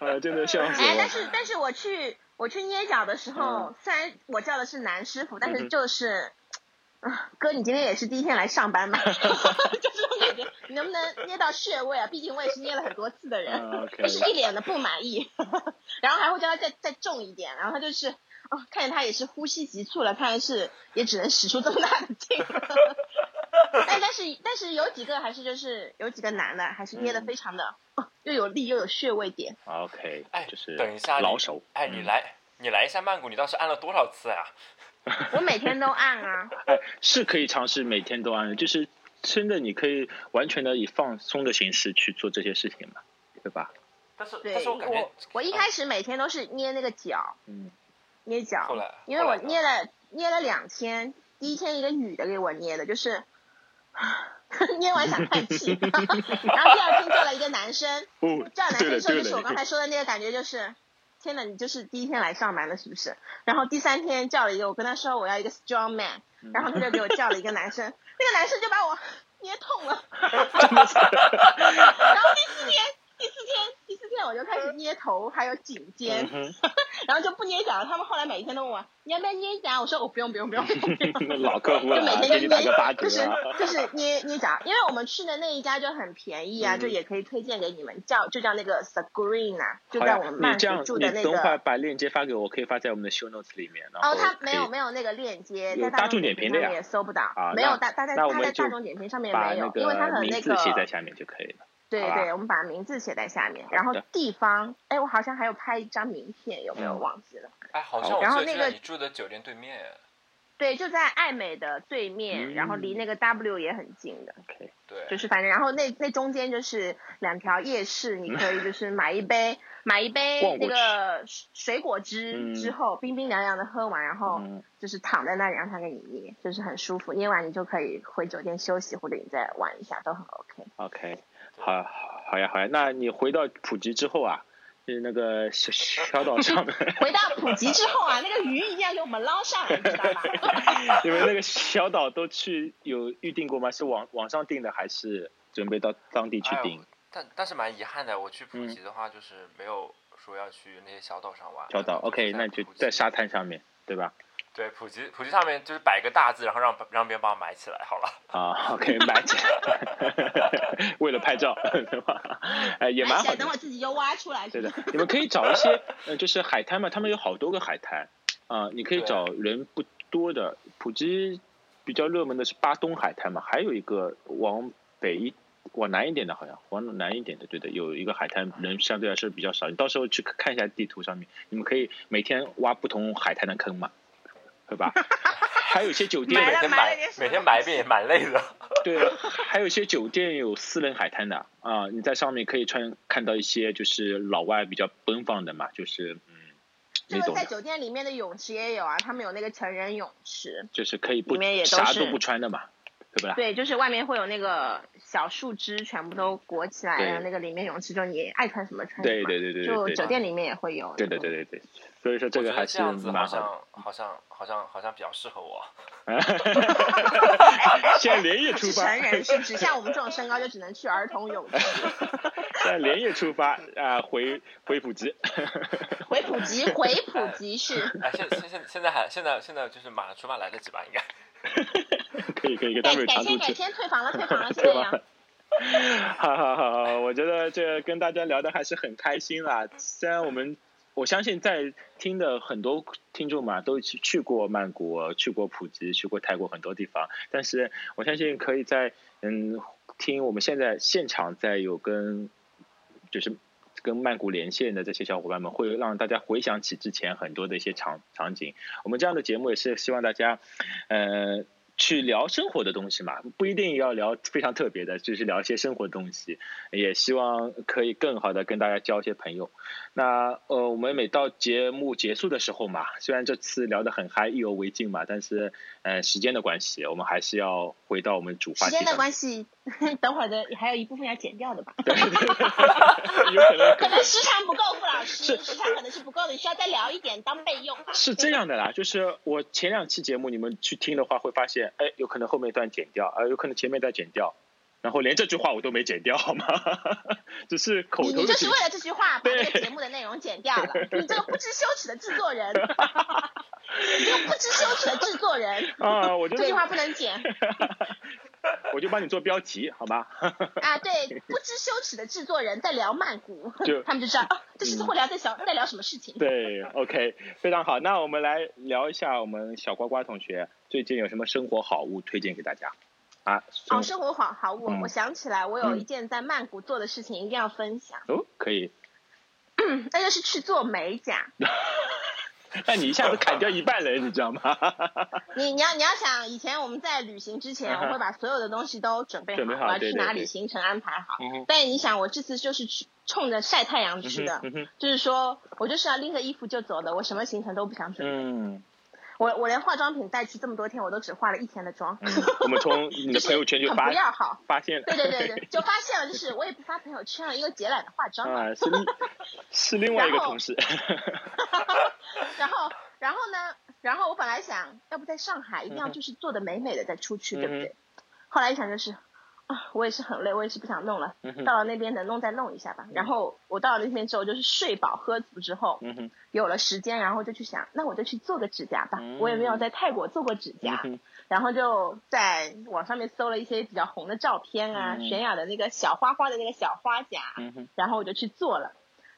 啊，真的笑死
哎，但
我。
是但是我去我去捏脚的时候，虽然我叫的是男师傅，
嗯
但是
哼
就是，啊，哥，你今天也是第一天来上 班嘛，就是这种感觉，你能不能捏到穴位啊？毕竟我也是捏了很多次的人，
啊，OK，
哎
就是一脸的不满意， 然后还会叫他再再重一点，然后他就是。哦，看见他也是呼吸急促了，看来是也只能使出这么大的劲 了。但但是但是有几个还是就是有几个男的还是捏的
嗯
非常的、哦又有力又有穴位点，
啊，OK，
哎
就是
等一下你
老手。嗯
哎，你来，你来一下曼谷，你当时按了多少次啊呀、
我每天都按 啊，
哎，是可以尝试每天都按，就是真的你可以完全的以放松的形式去做这些事情嘛，对吧？
但是，但
对
是我感觉
我我一开始每天都是捏那个脚，
嗯，
捏
后
脚，
来，
因为
后
我
来呢
捏了捏了两天，第一天一个女的给我捏的，就是。 捏完想 叹气，然后第二天叫了一个男生，
哦，
叫男
对了
生说
对
就是我
了
刚，才说的那个感觉，就是天哪，你就是第一天来上班的是不是？然后第三天叫了一个，我跟他说我要一个 strong man，
嗯
然后他就给我叫了一个男生，那个男生就把我捏痛了，然后第四天，第四天，第四天我就开始捏头，还有颈
嗯
肩，
哼
然后就不捏脚了。他们后来每一天都问我，你要不要捏脚？我说我不用不用不用，不用
那老客户
就每
了，啊
天
给你
就
打个八
捏，
折
就是
啊。
就是捏捏脚，因为我们去的那一家就很便宜啊，
嗯
就也可以推荐给你们，叫就叫那个 Sagrina，就
好
在
呀
我们
你
曼
这样
谷，住的
你
那
等会儿
个。
把链接发给我，可以发在我们的 show notes 里面。然后
哦，他没有
可
没有那个链接，
有
在
大众
众
点评
评
的
上
呀
面也搜不到
啊，
没有
那
大他在
那我
他
们
在大
就
众点评上
以
面
把
没
那
有，因为他
个
很那
名字
个
写在下面就可以了。
对
好吧
对，我们把名字写在下面，
好的
然后地方，哎，我好像还有拍一张名片，有没有
嗯
忘记了？
哎，好像
好
我
哦然后
记得
那
就在
个
你住的酒店对面，
对，就在爱美的对面，
嗯
然后离那个 W 也很近的，
OK，
对，
就是反正，然后那那中间就是两条夜市，你可以就是买一杯买一杯
逛过去
那个水果汁
嗯
之后，冰冰凉凉的喝完，然后
嗯，
就是躺在那里让它给你捏，就是很舒服，捏完你就可以回酒店休息，或者你再玩一下都很 OK。
OK，好，好好呀，好呀。那你回到普吉之后啊，就是那个小小岛上 面，
回到普吉之后啊，那个鱼一定要给我们捞上来，你知道吧？
你们那个小岛都去有预定过吗？是网网上订的，还是准备到当地去
哎
订？
但但是蛮遗憾的，我去普
嗯
吉的话，就是没有说要去那些小岛上玩。
小岛
就是
，OK，那就
普吉
在沙。滩上面，对吧？
对，普吉普吉上面就是摆个大字，然后让让别人帮我埋起来好了。
啊，OK，买 起来，为了拍照，对吧？哎，也蛮
而
好
且
的
等。我自己又挖出来。
对的，你们可以找一些，呃，就是海滩嘛，他们有好多个海滩，啊、你可以
对
找人不多的。普吉比较热门的是巴东海滩嘛，还有一个往北一往南一点的，好像往南一点的，对的，有一个海滩人相对来说比较少。你到时候去看一下地图上面，你们可以每天挖不同海滩的坑嘛，对吧？ 还有一些酒店
买
每
了
天
埋
埋
了点什
每
么
天埋一遍也蛮累的。
对，啊还有一些酒店有私人海滩的啊、你在上面可以穿看到一些就是老外比较奔放的嘛，就是嗯，
这
你
个
懂
在
的，
酒店里面的泳池也有啊，他们有那个成人泳池，
就是可以不
里面也都
啥
是
都不穿的嘛，对不啦？
对，就是外面会有那个小树枝全部都裹起来，
对
然后那个里面泳池就你爱穿什么穿什
对
么。
对对对
就
对
酒
对，
店里面也会有。
对对对。对对，所以说 这
我
个
觉得
还是
这样子好
蛮好的。
像好像好像好像比较适合我。
现在连夜出
是
发，
成人是指像我们这种身高就只能去儿童泳 池，
现在连夜出发啊、回回普吉。
回普吉回普吉市。
哎，现现现现在还现在现在就是马上出发来得及吧？应该。
可以可以，给他
改
们有
改
长途
天改
去。
天退房了 退房了，现在
对
呀
吧。？ 好好好好，我觉得这跟大家聊的还是很开心啦。虽然我们，我相信在听的很多听众嘛，都去去过曼谷、去过普吉、去过泰国很多地方，但是我相信可以在嗯听我们现在现场在有跟就是跟曼谷连线的这些小伙伴们，会让大家回想起之前很多的一些场场景。我们这样的节目也是希望大家，呃，去聊生活的东西嘛，不一定要聊非常特别的，就是聊一些生活的东西。也希望可以更好的跟大家交一些朋友。那呃，我们每到节目结束的时候嘛，虽然这次聊得很嗨，意犹未尽嘛，但是呃，时间的关系，我们还是要回到我们主话
时
题
间的
上 面。
关系， 等会儿的还有一部分要剪掉的吧？
有可能
可能时长不够，傅老师
是
时长可能是不够的，需要再聊一点当备用。
是这样的啦，就是我前两期节目你们去听的话，会发现，哎，有可能后面一段剪掉，呃，有可能前面一段剪掉，然后连这句话我都没剪掉，好吗？只是口
你
头
你
的
就
去
是为了这句话把这
对
个节目的内容剪掉了。你这个不知羞耻的制作人，你这个不知羞耻的制作人，
啊，我就
这句话不能剪
我就帮你做标题，好吧？
啊！对，不知羞耻的制作人在聊曼谷
就，嗯
他们就知道啊，这是会聊在小在聊什么事情。
对，OK，非常好。那我们来聊一下我们小呱呱同学最近有什么生活好物推荐给大家啊？
哦，
生
生活好好，我
嗯
我想起来，我有
嗯
一件在曼谷做的事情一定要分享，
哦，可以。
那就是去做美甲。
那你一下子砍掉一半人，你知道吗？
你你要你要想，以前我们在旅行之前，
嗯哼
我会把所有的东西都准备好，
准备好
我要
对
去
对
哪
对
里行程安排好。
嗯哼
但你想，我这次就是去冲着晒太阳去的，
嗯哼
就是说我就是要拎着衣服就走的，我什么行程都不想准备。
嗯，
我我连化妆品带去这么多天，我都只化了一天的妆，
嗯我们从你的
就是
朋友 圈就
很
发
啊不要好。
发现了，
对对对对，就发现了，就是我也不发朋友圈了，因为节懒得化妆嘛。
啊，是另是另外一个
然后
同事，
然后然后呢，然后我本来想要不在上海一定
嗯
要
哼
就是做的美美的再出去，
嗯哼
对不对？后来一想就是啊，我也是很累，我也是不想弄了，
嗯哼
到了那边能弄再弄一下吧。然后我到了那边之后，就是睡饱喝足之后，
嗯哼
有了时间，然后就去想，那我就去做个指甲吧。
嗯
我也没有在泰国做过指
嗯
甲，
哼
然后就在网上面搜了一些比较红的照片啊，
嗯
泫雅的那个小花花的那个小花甲，
嗯哼
然后我就去做了。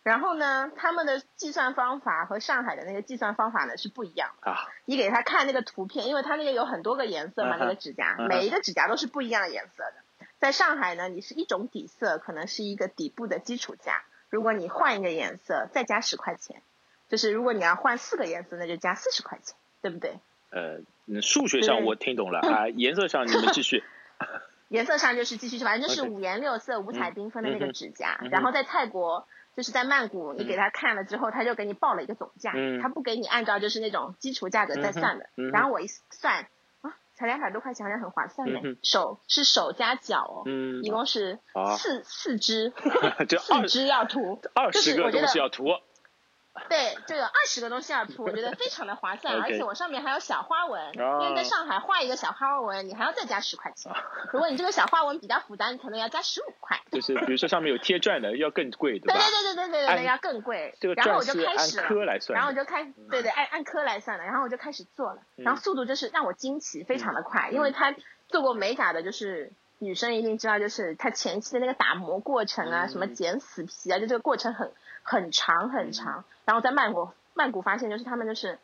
然后呢，他们的计算方法和上海的那个计算方法呢是不一样的。
啊，
你给他看那个图片，因为它那个有很多个颜色嘛，
嗯哼
那个指甲
嗯哼，
每一个指甲都是不一样的颜色的。在上海呢，你是一种底色，可能是一个底部的基础价。如果你换一个颜色，再加十块钱，就是如果你要换四个颜色，那就加四十块钱，对不对？
呃，嗯数学上
对
我听 懂了啊，颜色上你们继续，
颜色上就是继续，反正就是
OK
五颜六色、五彩缤纷的那
嗯哼
个指甲。
嗯哼
然后在泰国，就是在曼谷，你
嗯
给他看了之后，他就给你报了一个总价，
嗯
他不给你按照就是那种基础价格再算的。
嗯哼嗯哼
然后我一算啊，才两百多块钱，好像很划算呢。
嗯哼
手是手加脚哦，
嗯
一，共是
啊
四、四只，
这
四
二
只要涂，
二
就
十
是
个
我觉
东
得
西要涂，
对，就有二十个东西要涂，我觉得非常的划算，
OK
而且我上面还有小花纹，
啊
因为在上海画一个小花纹，你还要再加十块
哦
钱。 如果你这个小花纹比较复杂，你可能要加十五块。
就是比如说上面有贴钻的要更贵，对
对
吧？
对对对对对对，
按
那要更贵
这个。
然
钻
后我就是开
按
始
颗
了，
来算的，
然后我就开，对对，按按颗来算的，然后我就开始做了，
嗯
然后速度就是让我惊奇，非常的快，因为他做过美甲的，就是。女生一定知道，就是她前期的那个打磨过程啊，
嗯
什么剪死皮啊，就这个过程很很长很
嗯
长。然后在曼谷，曼谷发现就是他们就是，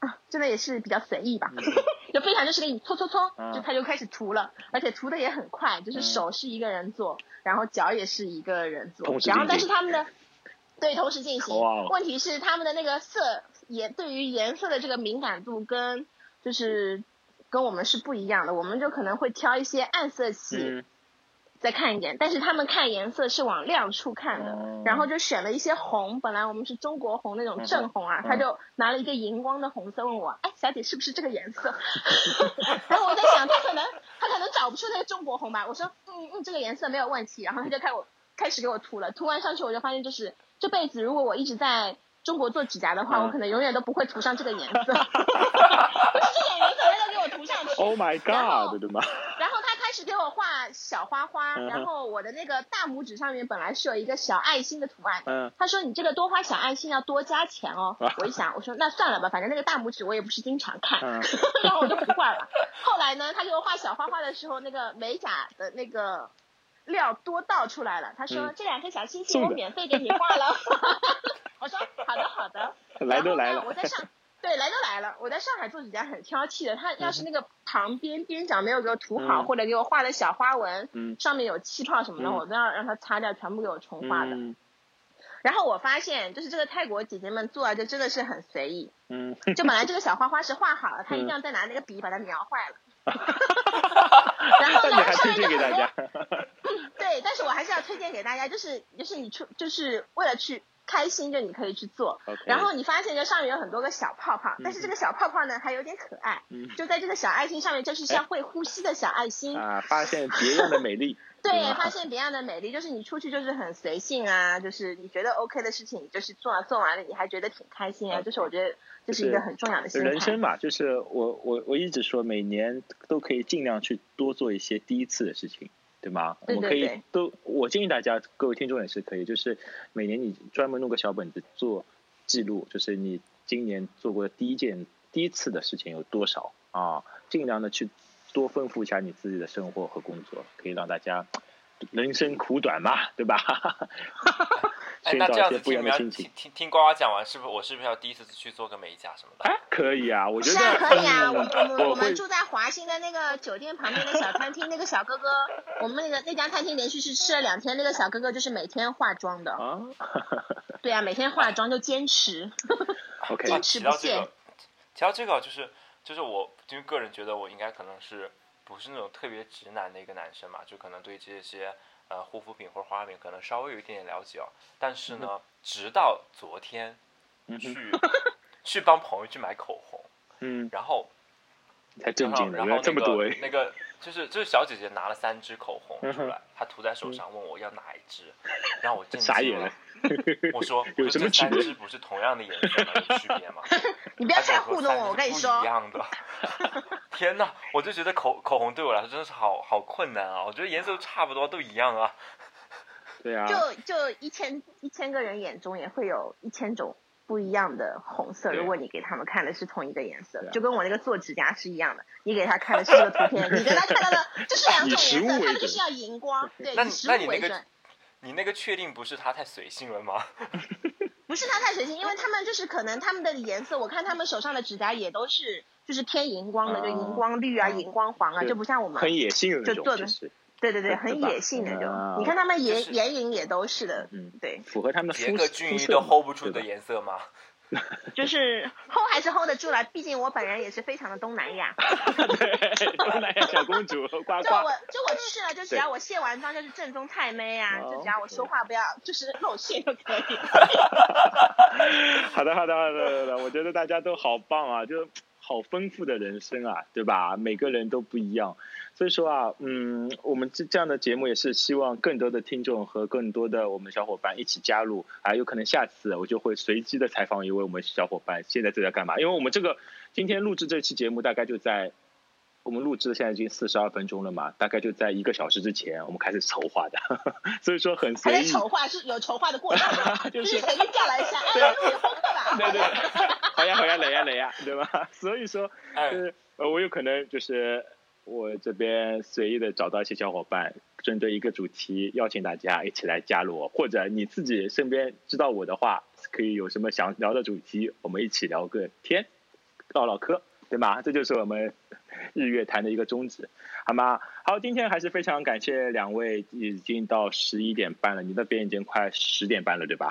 啊，真的也是比较随意吧， 就非常就是给你搓搓搓
嗯，
就他就开始涂了，而且涂的也很快，就是
嗯
手是一个人做，然后脚也是一个人做
同，时进行
然后但是他们的对同时进行
哇哦，
问题是他们的那个色颜对于颜色的这个敏感度跟就是跟我们是不一样的，我们就可能会挑一些暗色系
嗯
再看一点，但是他们看颜色是往亮处看的，
哦
然后就选了一些红，本来我们是中国红那种正红啊，
嗯
他就拿了一个荧光的红色问我，哎，小姐是不是这个颜 色？然后我在想，他可能他可能找不出那个中国红吧，我说嗯嗯，这个颜色没有问题，然后他就开我开始给我涂了，涂完上去我就发现就是这辈子如果我一直在。中国做指甲的话，
嗯
我可能永远都不会涂上这个 颜色，就是这种颜色，他就给我涂上去。
Oh my
然
God，对吗？
然后他开始给我画小花花，
嗯哼
然后我的那个大拇指上面本来是有一个小爱心的图案，
嗯
他说你这个多花小爱心要多加钱哦
啊。
我一想，我说那算了吧，反正那个大拇指我也不是经常看，
嗯
然后我就不画了。后来呢，他给我画小花花的时候，那个美甲的那个料多倒出来了，他说、
嗯
这两颗小星星
送
我
的
免费给你画了。 我说好的好的。
来都来
然
了
后呢我，在 上，对，来都来了。我在上海做指甲很挑剔的，他要是那个旁边边角没有给我涂好，
嗯
或者给我画的小花纹，
嗯
上面有气泡什么的，
嗯
我都要让他擦掉，全部给我重画的。
嗯
然后我发现，就是这个泰国姐姐们做啊，就真的是很 随意。
嗯，
就本来这个小花花是画好了，她一定
嗯
要再拿那个笔把它描 坏了。然后
那你
呢，
还
上
推
面就
荐给
很
大
多
家，
对，但是我还是要推荐给大家，就是就是你出就是为了去开心，就你可以去做。
OK
然后你发现这上面有很多个小泡泡，
嗯
但是这个小泡泡呢还有点可爱，
嗯
就在这个小爱心上面，就是像会呼吸的小爱心。
哎啊，发现别样的美丽，
对，
嗯
发现别样的美丽，就是你出去就是很随性啊，就是你觉得 OK 的事情，你就是做啊，做完了你还觉得挺开心啊，就是我觉得这是一个很重要的心态。
人生嘛，就是我我我一直说，每年都可以尽量去多做一些第一次的事情，对吗？
对
我们可
对
以
对
都，我建议大家各位听众也是可以，就是每年你专门弄个小本子做记录，就是你今年做过的第一件、第一次的事情有多少啊？尽量的去多丰富一下你自己的生活和工作，可以让大家人生苦短嘛，对吧？
哎，
寻
那
找
这
一
样
些
子
不一样
听你
的
要
心
听
情。
听听呱呱讲完，是不是我是不是要第一次去做个美甲什么的？
哎，可以啊，我觉
是
得
啊，可以啊，
嗯
我我们
我
我
会
们住在华兴的那个酒店旁边的小餐厅，那个小哥哥，我们那个那家餐厅连续是吃了两天，那个小哥哥就是每天化妆的，
啊
对啊，每天化妆就坚持，
，OK，
啊，
坚持
提到
不
这
懈
个，提到这个，就是就是我，因为个人觉得我应该可能是不是那种特别直男的一个男生嘛，就可能对这些呃护肤品或者化妆品可能稍微有一点点了解哦。但是呢，直到昨天
嗯 哼
去去帮朋友去买口红，
嗯，
然后
太震惊了，
然
原来
后
这么多哎。
那个那个就是就是小姐姐拿了三支口红
嗯
出
哼
来，她涂在手上问我要哪一支，然 后我震
傻眼
惊了
了。
我说
有
我
什
说
么
这
区
三
别
支不是同样的颜色吗？有区别吗？
你
不
不要再糊弄我，我跟你
一
说，
样的。 天哪，我就觉得口口红对我来说真的是好好困难啊！我觉得颜色都差不多，都一样啊。
对啊，
就就一千一千个人眼中也会有一千种。不一样的红色，
对啊
如果你给他们看的是同一个颜色
对啊，
就跟我那个做指甲是一样的，你给他看的是这个图 片，你跟他看到的就是两种
以食物
颜色，
为
他们就
准
是要荧光，对，
那
以
你
食
那你
物
那
为
个
准。
你那个确定不是它太随性 了吗？
不是他太随性，因为他们就是可能他们的颜色，我看他们手上的指甲也都是就是偏荧光的，
啊
就荧光绿啊、
嗯
荧光黄啊，
就
就不像我们。
很野性的那
就
种，
做
其
的
实，
对对对，很
对吧
野性的
啊
就，你看他们
就
眼
是
眼影也都是的，
嗯，
对，
符合他们的
结
肤
个
色
均
肤
一
色
都
嘛
hold 不住
对
的
吧
颜色吗？
就是 hold 还是 hold 得住了，毕竟我本人也是非常的东南亚，
对，东南亚小公主呱
就我
呱，
就我去了，就只要我卸完妆就是正宗菜妹啊，
哦
就只要我说话不要就是露馅就可以了。
好的好的好的好的，我觉得大家都好棒啊，就好丰富的人生啊，对吧？每个人都不一样，所以说啊，嗯，我们这这样的节目也是希望更多的听众和更多的我们小伙伴一起加入啊，有可能下次我就会随机的采访一位我们小伙伴现在正在干嘛，因为我们这个今天录制这期节目大概就在。我们录制现在已经四十二分钟了嘛，大概就在一个小时之前，我们开始筹划的， 所以说很
还
随
在
意。？
筹划是有筹划的过程啊吗
就
就是是随便叫来一下，
对啊
哎，录个播客吧。
对对，好呀好呀，来呀来呀，啊对吧？ 所以说，
哎
就，是呃，我有可能就是我这边随意的找到一些小伙伴，针对一个主题邀请大家一起来加入我，或者你自己身边知道我的话，可以有什么想聊的主题，我们一起聊个天，唠唠嗑，对吧？这就是我们 日月潭的一个宗旨，好吗？好，今天还是非常感谢两位，已经到十一点半了，你那边已经快十点半了，对吧？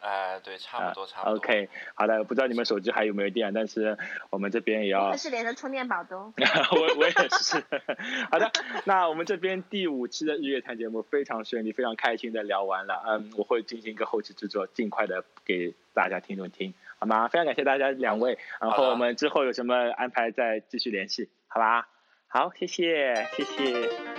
哎，对，差不多，差不多。
啊 OK，好的，不知道你们手机还有没有电，但是我们这边也要
我可，是连着充电宝的哦。
我我也是。 好的，那我们这边第五期的日月谈节目非常顺利，非常开心的聊完了。嗯，我会进行一个后期制作，尽快的给大家听众听，好吗？非常感谢大家两位，然
好
后
的
我们之后有什么安排再继续联系，好吧？好，谢谢，谢谢，